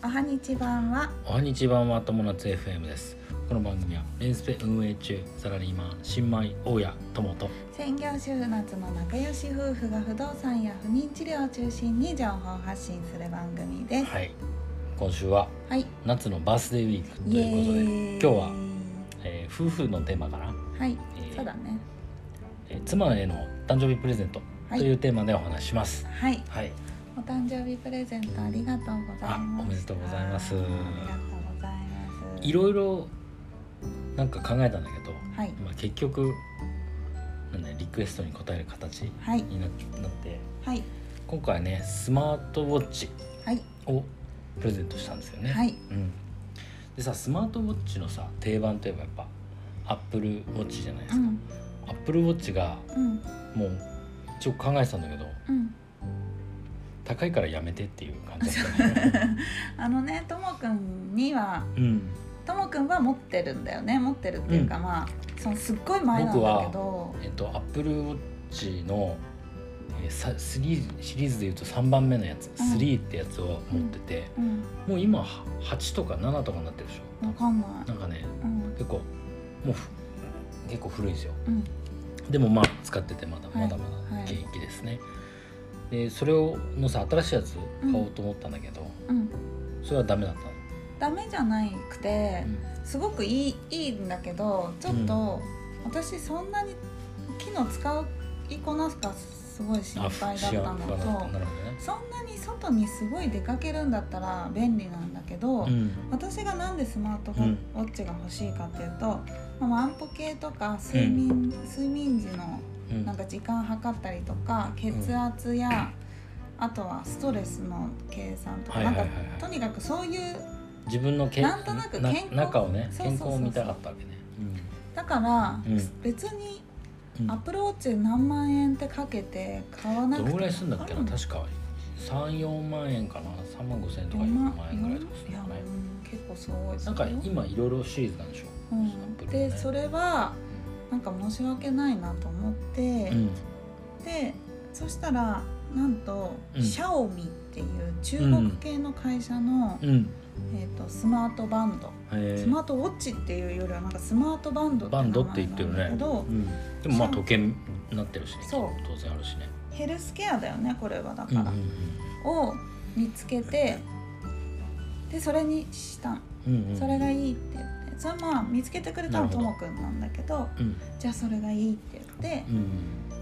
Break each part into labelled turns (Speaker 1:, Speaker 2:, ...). Speaker 1: はにち版は
Speaker 2: おはにちばんは友達 FM ですこの番組はレンスペ運営中サラリーマン新米大家友と
Speaker 1: 専業主婦夏の仲良し夫婦が不動産や不妊治療を中心に情報発信する番組です
Speaker 2: はい今週は
Speaker 1: はい、
Speaker 2: 夏のバースデーウィークと
Speaker 1: イエ
Speaker 2: いうことで
Speaker 1: ーイ
Speaker 2: 今日は、えー夫婦のテーマかな、
Speaker 1: はい、
Speaker 2: えー
Speaker 1: そうだね
Speaker 2: えー妻への誕生日プレゼント
Speaker 1: は
Speaker 2: と
Speaker 1: い
Speaker 2: いうテーマでお話しします
Speaker 1: はい、
Speaker 2: はい、
Speaker 1: お誕生日プレゼントありがとうございます
Speaker 2: あおめでとうございます
Speaker 1: ありがとうございます
Speaker 2: い、ろいろなんか考えたんだけど、
Speaker 1: はい
Speaker 2: まあ、結局なんだよリクエストに応える形
Speaker 1: はい
Speaker 2: にななって
Speaker 1: はい
Speaker 2: 今回ねスマートウォッチ
Speaker 1: はい
Speaker 2: をプレゼントしたんですよね、
Speaker 1: はい
Speaker 2: うん、でさスマートウォッチのさ定番といえばやっぱアップルウォッチじゃないで
Speaker 1: う
Speaker 2: すか、
Speaker 1: ん
Speaker 2: アップルウォッチが
Speaker 1: うん
Speaker 2: もう一応考えてたんだけど
Speaker 1: うん
Speaker 2: 高いからやめてっていう感じだったんだよね
Speaker 1: あのねともくんには
Speaker 2: うん
Speaker 1: ともくんは持ってるんだよね持ってるっていうか、
Speaker 2: う
Speaker 1: まあそのすっごい前なんだけど
Speaker 2: えっとアップルウォッチのえーさ3シリーズでいうと3番目のやつ、
Speaker 1: うん
Speaker 2: 3ってやつを持ってて、
Speaker 1: うん
Speaker 2: もう今は8とか7とかになってるでし
Speaker 1: わかんない
Speaker 2: ょなんかね
Speaker 1: うん
Speaker 2: 結構もうふ結構古いんですよ
Speaker 1: うん
Speaker 2: でもまあ使っててまだ
Speaker 1: はい
Speaker 2: まだまだ現役ですね、でそれをのさ新しいやつ買おうと思ったんだけど、
Speaker 1: うん
Speaker 2: それはダメだったの、
Speaker 1: ダメじゃないくてすごくいいいいんだけどちょっと、私そんなに機能使いこなすかすごい心
Speaker 2: あ
Speaker 1: 配だっ
Speaker 2: 不
Speaker 1: たの
Speaker 2: 不安だった
Speaker 1: と
Speaker 2: なるほどね
Speaker 1: そんなに外にすごい出かけるんだったら便利なんだけど、
Speaker 2: うん
Speaker 1: 私がなんでスマートフ
Speaker 2: う
Speaker 1: ォ
Speaker 2: ん
Speaker 1: ンウォッチが欲しいかっていうと、まあ、安保系とか睡眠、睡眠時の
Speaker 2: うん
Speaker 1: なんか時間測ったりとか血圧や、あとはストレスの計算とか、
Speaker 2: はいはいはい
Speaker 1: なんかとにかくそういう
Speaker 2: 自分のけ
Speaker 1: なんとなく健康
Speaker 2: 中をね
Speaker 1: そうそ
Speaker 2: 健
Speaker 1: うそう
Speaker 2: 康を見たかったわけね
Speaker 1: だから、
Speaker 2: うん
Speaker 1: 別に
Speaker 2: うん
Speaker 1: アップルウォッチ何万円ってかけて買わなく
Speaker 2: ど
Speaker 1: て
Speaker 2: のぐらいするんだっけな
Speaker 1: か
Speaker 2: 確か34万円かな3万5千円とか4
Speaker 1: 4万
Speaker 2: 万
Speaker 1: 円
Speaker 2: 円
Speaker 1: ぐ
Speaker 2: ぐ
Speaker 1: ら
Speaker 2: ら
Speaker 1: い
Speaker 2: いとかする
Speaker 1: や
Speaker 2: のかね
Speaker 1: うん結構すごい
Speaker 2: なんか
Speaker 1: それよ
Speaker 2: 今いろいろシリーズなんでしょ
Speaker 1: う
Speaker 2: アッ
Speaker 1: ん
Speaker 2: プルのね
Speaker 1: でそれはなんか申し訳ないなと思って、
Speaker 2: うん
Speaker 1: でそしたらなんと、
Speaker 2: うん
Speaker 1: シャオミっていう中国系の会社の、
Speaker 2: うん
Speaker 1: えー、とスマートバンド、
Speaker 2: へー
Speaker 1: スマートウォッチっていうよりはなんかスマートバンドって
Speaker 2: バ
Speaker 1: 名
Speaker 2: ン
Speaker 1: 前
Speaker 2: ドって言ってる
Speaker 1: なんだ
Speaker 2: ね
Speaker 1: けど、
Speaker 2: うんでもまあ時計になってるしね
Speaker 1: そう
Speaker 2: 当然あるしね
Speaker 1: ヘルスケアだよねこれはだ
Speaker 2: う
Speaker 1: か
Speaker 2: ん
Speaker 1: ら、
Speaker 2: うん
Speaker 1: を見つけてでそれにしたん
Speaker 2: うんうん
Speaker 1: それがいいって言ってそれまあ見つけてくれたの
Speaker 2: なる
Speaker 1: と
Speaker 2: ほど
Speaker 1: もくんなんだけど
Speaker 2: うん
Speaker 1: じゃあそれがいいって言って
Speaker 2: うん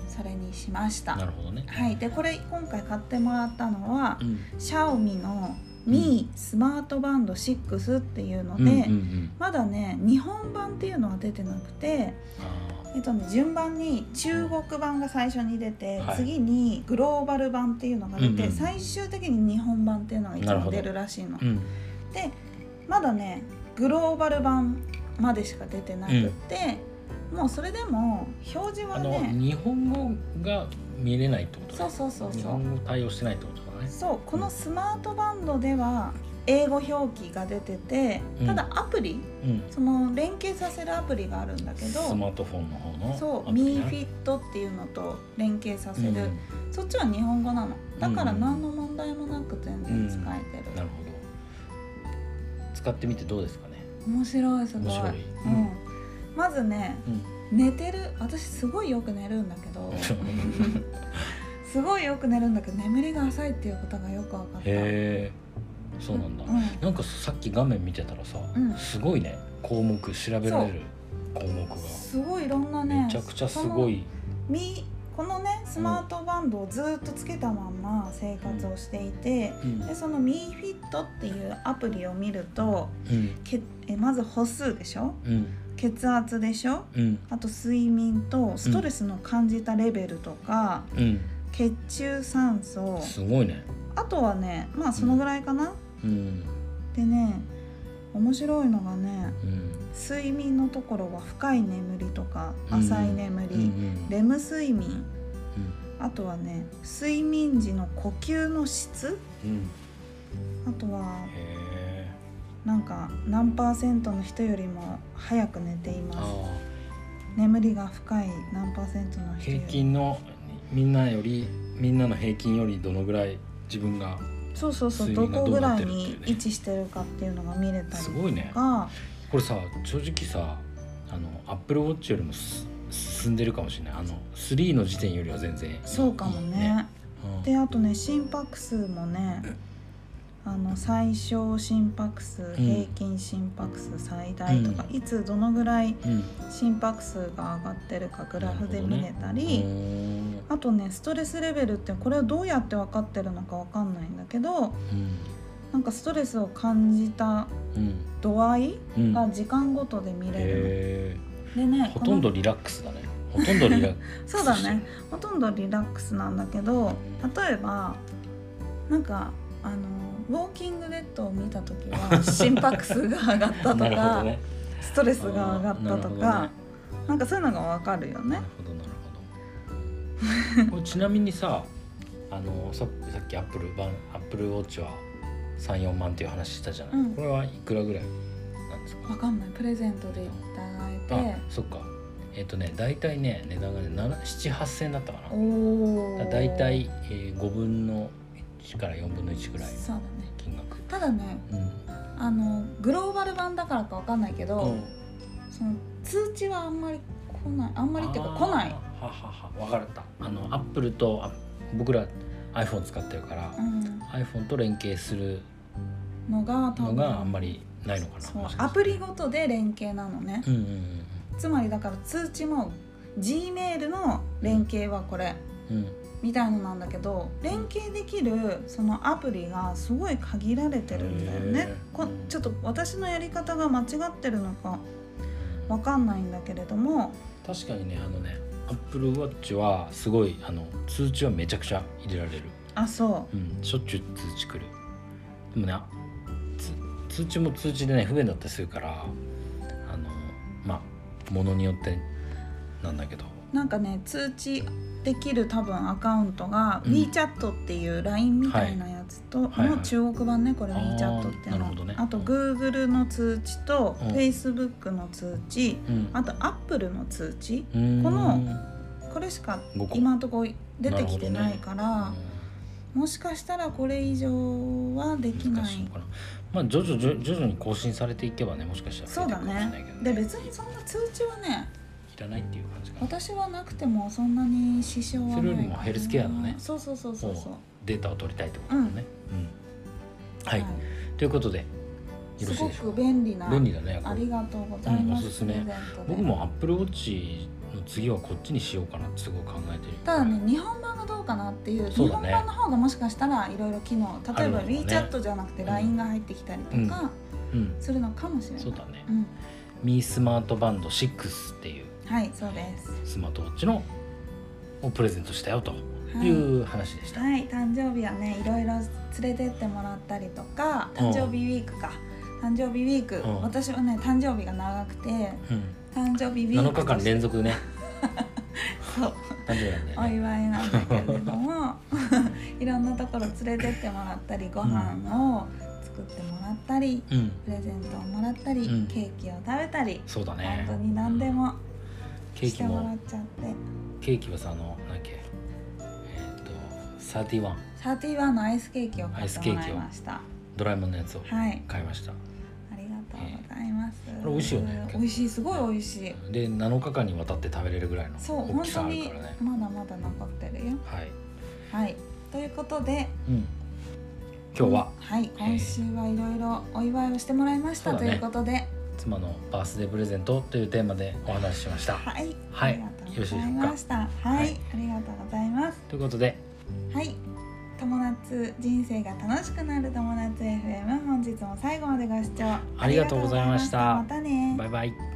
Speaker 1: それにしました
Speaker 2: なるほどね。
Speaker 1: はいでこれ今回買ってもらったのは
Speaker 2: うん。
Speaker 1: シャオミの
Speaker 2: うん
Speaker 1: Mi スマートバンド6っていうので、
Speaker 2: うんうんうん。
Speaker 1: まだね日本版っていうのは出てなくて、
Speaker 2: あ
Speaker 1: えっとね、順番に中国版が最初に出て、
Speaker 2: はい
Speaker 1: 次にグローバル版っていうのが出て、
Speaker 2: うんうん
Speaker 1: 最終的に日本版っていうのが一
Speaker 2: なるほ
Speaker 1: 番
Speaker 2: ど
Speaker 1: 出るらしいの
Speaker 2: ー。うん。
Speaker 1: でまだねグローバル版までしか出てなくて、もうそれでも表示
Speaker 2: あ
Speaker 1: は
Speaker 2: の
Speaker 1: ね
Speaker 2: 日本語が見れないってことね。
Speaker 1: そうそうそう
Speaker 2: 日
Speaker 1: そう
Speaker 2: 本語対応してないってことだね。
Speaker 1: そうこのスマートバンドでは英語表記が出てて
Speaker 2: うん
Speaker 1: ただアプリ、
Speaker 2: うん。
Speaker 1: その連携させるアプリがあるんだけ
Speaker 2: ス
Speaker 1: ど
Speaker 2: マートフォンの方の。
Speaker 1: そう「
Speaker 2: アプリね
Speaker 1: MeFit」っていうのと連携させる、
Speaker 2: うん
Speaker 1: そっちは日本語なのだから
Speaker 2: うん
Speaker 1: 何の問題もなく全然使えてる、
Speaker 2: なるほど。使ってみてどうです かね。
Speaker 1: 面白いすごい
Speaker 2: 面白い
Speaker 1: うん
Speaker 2: うん
Speaker 1: まずね
Speaker 2: うん。
Speaker 1: 寝てる私すごいよく寝るんだけどすごいよく寝るんだけど眠りが浅いっていうことがよく分かった
Speaker 2: へえ。そうなんだ。
Speaker 1: う
Speaker 2: なんかさっき画面見てたらさ
Speaker 1: うん、
Speaker 2: すごいね。項目調べられる項目が
Speaker 1: ん、。すごいいろんなね
Speaker 2: めちゃくちゃすごい。
Speaker 1: そのみこのねスマートバンドをずっとつけたまんま生活をしていて、
Speaker 2: うん
Speaker 1: でその MeFit っていうアプリを見ると
Speaker 2: うん。
Speaker 1: けえまず歩数でしょ
Speaker 2: うん。
Speaker 1: 血圧でしょ
Speaker 2: うん。
Speaker 1: あと睡眠とストレスの感じたレベルとか、
Speaker 2: うん。
Speaker 1: 血中酸素
Speaker 2: すごいね。
Speaker 1: あとはねまあそのぐらいかな、
Speaker 2: うん。
Speaker 1: でね面白いのがね
Speaker 2: うん。
Speaker 1: 睡眠のところは深い眠りとか
Speaker 2: うん
Speaker 1: 浅い眠り、
Speaker 2: うん
Speaker 1: レム睡眠
Speaker 2: うん
Speaker 1: あとはね睡眠時の呼吸の質
Speaker 2: うん、
Speaker 1: あとは
Speaker 2: へ
Speaker 1: なんか何パーセントの人よりも早く寝ていま
Speaker 2: あ
Speaker 1: す
Speaker 2: あ
Speaker 1: 眠りが深い何パーセントの人よ
Speaker 2: 平
Speaker 1: り
Speaker 2: 均のみんなよりみんなの平均よりどのぐらい自分が
Speaker 1: そうそうそう
Speaker 2: 睡
Speaker 1: ど
Speaker 2: 眠が
Speaker 1: こぐらい
Speaker 2: どうなってる
Speaker 1: に
Speaker 2: っていうね
Speaker 1: 位置してるかっていうのが見れたり
Speaker 2: す
Speaker 1: と
Speaker 2: ごいね
Speaker 1: か
Speaker 2: これさ正直さあのアップルウォッチよりもす進んでるかもしれないあの3の時点よりは全然
Speaker 1: そうかもね
Speaker 2: うん
Speaker 1: であとね心拍数もねあの最小心拍数
Speaker 2: ん
Speaker 1: 平均心拍数最大とか、
Speaker 2: う
Speaker 1: いつどのぐらい
Speaker 2: うん
Speaker 1: 心拍数が上がってるかグラフで見れた
Speaker 2: う
Speaker 1: り、
Speaker 2: ん
Speaker 1: あとねストレスレベルってこれをどうやって分かってるのか分かんないんだけどなんかストレスを感じた
Speaker 2: うん
Speaker 1: 度合い
Speaker 2: うん
Speaker 1: が時間ごとで見れるの、
Speaker 2: へ
Speaker 1: でね
Speaker 2: ーほとんど
Speaker 1: こ
Speaker 2: リラックスだねほとんどリラック
Speaker 1: の
Speaker 2: ス
Speaker 1: そうだねほとんどリラックスなんだけど例えばなんかあのウォーキングデッドを見た時 は心拍数が上がったと
Speaker 2: なるほ
Speaker 1: か、
Speaker 2: どね
Speaker 1: ストレスが上がったとかな,、
Speaker 2: あ
Speaker 1: んかそういうのが分かるよ
Speaker 2: ーな
Speaker 1: ね
Speaker 2: る。ほどねなるほどなるほどこれちなみにさあのささっきアップル版アップルウォッチは34万っていう話したじゃない、
Speaker 1: うん
Speaker 2: これはいくらぐらいなんですか
Speaker 1: 分かんないプレゼントでいただい
Speaker 2: あ
Speaker 1: て
Speaker 2: そっかえっ、とね大体ね値段がね78000円だったかな
Speaker 1: おお
Speaker 2: だいたい5分の1から4分の1ぐらい
Speaker 1: そうだね
Speaker 2: 金額
Speaker 1: ただね
Speaker 2: うん
Speaker 1: あのグローバル版だからかわかんないけど、
Speaker 2: うん
Speaker 1: その通知はあんまり来ないあんまりっていうか
Speaker 2: あー
Speaker 1: 来ない
Speaker 2: は、はは分かったあのアップルとあ僕ら iPhone 使ってるから、
Speaker 1: うん、
Speaker 2: iPhone と連携する
Speaker 1: のが多
Speaker 2: の
Speaker 1: 分
Speaker 2: があんまりないのかな
Speaker 1: そう
Speaker 2: もしか
Speaker 1: ア
Speaker 2: して
Speaker 1: プリごとで連携なのね、
Speaker 2: うんうんうん
Speaker 1: つまりだから通知も G メールの連携はこれ、
Speaker 2: うんうん
Speaker 1: みたいのなんだけど連携できるそのアプリがすごい限られてるんだよ
Speaker 2: へ
Speaker 1: ね
Speaker 2: ー
Speaker 1: こちょっと私のやり方が間違ってるのかわかんないんだけれども
Speaker 2: 確かにねあのね Apple Watch はすごいあの通知はめちゃくちゃ入れられる
Speaker 1: あそ
Speaker 2: うんしょっちゅう通知来るでもねあつ通知も通知でね不便だったりするからあのまあものによってなんだけど
Speaker 1: うなんかね通知できる多分アカウントが、
Speaker 2: うん
Speaker 1: WeChat っていう LINE みたいなやつと、
Speaker 2: はいはい
Speaker 1: の中国版ねこれ
Speaker 2: あー
Speaker 1: WeChat っていう
Speaker 2: なる
Speaker 1: の
Speaker 2: ほどね
Speaker 1: あと Google の通知と、
Speaker 2: うん
Speaker 1: Facebook の通知
Speaker 2: うん
Speaker 1: あと Apple の通知
Speaker 2: うーん
Speaker 1: このこれしか
Speaker 2: 5個
Speaker 1: 今のところ出てきてないから。
Speaker 2: う
Speaker 1: もしかしたらこれ以上はでき
Speaker 2: ん
Speaker 1: な
Speaker 2: 難しいの
Speaker 1: い
Speaker 2: かなまあ徐々徐々徐々に更新されていけばねもしかした
Speaker 1: そう
Speaker 2: ら
Speaker 1: だ
Speaker 2: 増えてくるかもしれな
Speaker 1: ね
Speaker 2: いけど
Speaker 1: で別にそんな通知はね
Speaker 2: いらないっていう感じかな
Speaker 1: 私はなくてもそんなに支障はない
Speaker 2: それよりもヘルスケアのね
Speaker 1: そうそうそうそうそう
Speaker 2: データを取りたいってことだね、うんはい、
Speaker 1: はい
Speaker 2: ということでよろ
Speaker 1: す
Speaker 2: しい
Speaker 1: ご
Speaker 2: でしょ
Speaker 1: く
Speaker 2: うか
Speaker 1: 便利な
Speaker 2: 便利だねこ
Speaker 1: あ
Speaker 2: れ
Speaker 1: りがとうございます、
Speaker 2: うんおすすめ
Speaker 1: プレゼントで
Speaker 2: 僕も Apple Watch の次はこっちにしようかなってすごい考えてる
Speaker 1: ただね日本版がどうかなっていう
Speaker 2: そう
Speaker 1: 日
Speaker 2: だ
Speaker 1: 本
Speaker 2: ね
Speaker 1: 版の方がもしかしたらいろいろ機能例えば
Speaker 2: あるのかもね
Speaker 1: WeChat じゃなくて LINE が入ってきたりとか
Speaker 2: うん
Speaker 1: するのかもしれない、
Speaker 2: そうだね
Speaker 1: うん、
Speaker 2: Mi スマートバンド6っていう
Speaker 1: はいそうです
Speaker 2: スマートウォッチのをプレゼントしたよと
Speaker 1: はい
Speaker 2: いう話でした、
Speaker 1: はい、誕生日はねいろいろ連れてってもらったりとか
Speaker 2: うん
Speaker 1: 誕生日ウィークか誕生日ウィーク、
Speaker 2: うん
Speaker 1: 私はね誕生日が長くて
Speaker 2: うん
Speaker 1: 誕生日ウィーク
Speaker 2: 7日間連続ね
Speaker 1: そう
Speaker 2: 誕生日なんだよ
Speaker 1: お
Speaker 2: ね
Speaker 1: 祝いなんだけれども いろんなところ連れてってもらったりご飯を作ってもらったり、
Speaker 2: うん
Speaker 1: プレゼントをもらったり、
Speaker 2: うん
Speaker 1: ケーキを食べたり、
Speaker 2: そうだね
Speaker 1: 本当に何でも
Speaker 2: ケー
Speaker 1: し
Speaker 2: キ
Speaker 1: てもら
Speaker 2: も
Speaker 1: っちゃって
Speaker 2: ケーキはさあの何だっけえっ、とサーティワン
Speaker 1: 31のアイスケーキを
Speaker 2: ア
Speaker 1: 買
Speaker 2: イ
Speaker 1: っ
Speaker 2: ス
Speaker 1: て
Speaker 2: ケー
Speaker 1: も
Speaker 2: キを
Speaker 1: らいました
Speaker 2: ドラえもんのやつを
Speaker 1: はい
Speaker 2: 買いました、
Speaker 1: ありがとうございます。
Speaker 2: これ美味しいよね
Speaker 1: 美味しい、すごい美味しい。
Speaker 2: で7日間にわたって食べれるぐらいの
Speaker 1: そう、
Speaker 2: 大
Speaker 1: 本
Speaker 2: き
Speaker 1: 当
Speaker 2: さある
Speaker 1: に
Speaker 2: からね
Speaker 1: まだまだ残ってるよ。
Speaker 2: はい、
Speaker 1: はい。ということで、
Speaker 2: うん、今日は
Speaker 1: はい、今週はいろいろお祝いをしてもらいました、
Speaker 2: そう
Speaker 1: と
Speaker 2: だね
Speaker 1: いうことで、
Speaker 2: 妻のバースデープレゼントというテーマでお話ししました、
Speaker 1: はい、
Speaker 2: はい
Speaker 1: ありがとうございました。はい、
Speaker 2: はい
Speaker 1: ありがとうございます。
Speaker 2: ということで
Speaker 1: はい。友達人生が楽しくなる友達 FM 本日も最後までご視聴
Speaker 2: ありがとうございました
Speaker 1: ありがとうございましたまたね
Speaker 2: バイバイ